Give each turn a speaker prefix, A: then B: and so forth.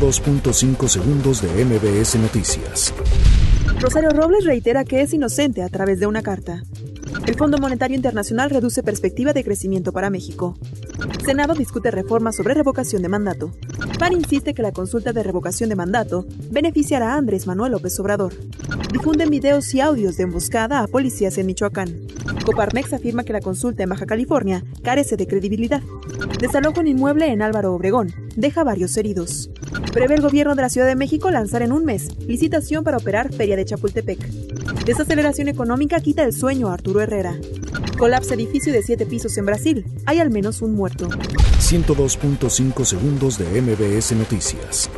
A: 102.5 segundos de MBS Noticias.
B: Rosario Robles reitera que es inocente a través de una carta. El Fondo Monetario Internacional reduce perspectiva de crecimiento para México. Senado discute reformas sobre revocación de mandato. PAN insiste que la consulta de revocación de mandato beneficiará a Andrés Manuel López Obrador. Difunden videos y audios de emboscada a policías en Michoacán. Coparmex afirma que la consulta en Baja California carece de credibilidad. Desalojo un inmueble en Álvaro Obregón deja varios heridos. Prevé el gobierno de la Ciudad de México lanzar en un mes licitación para operar Feria de Chapultepec. Desaceleración económica quita el sueño a Arturo Herrera. Colapsa edificio de siete pisos en Brasil. Hay al menos un muerto.
A: 102.5 segundos de MBS Noticias.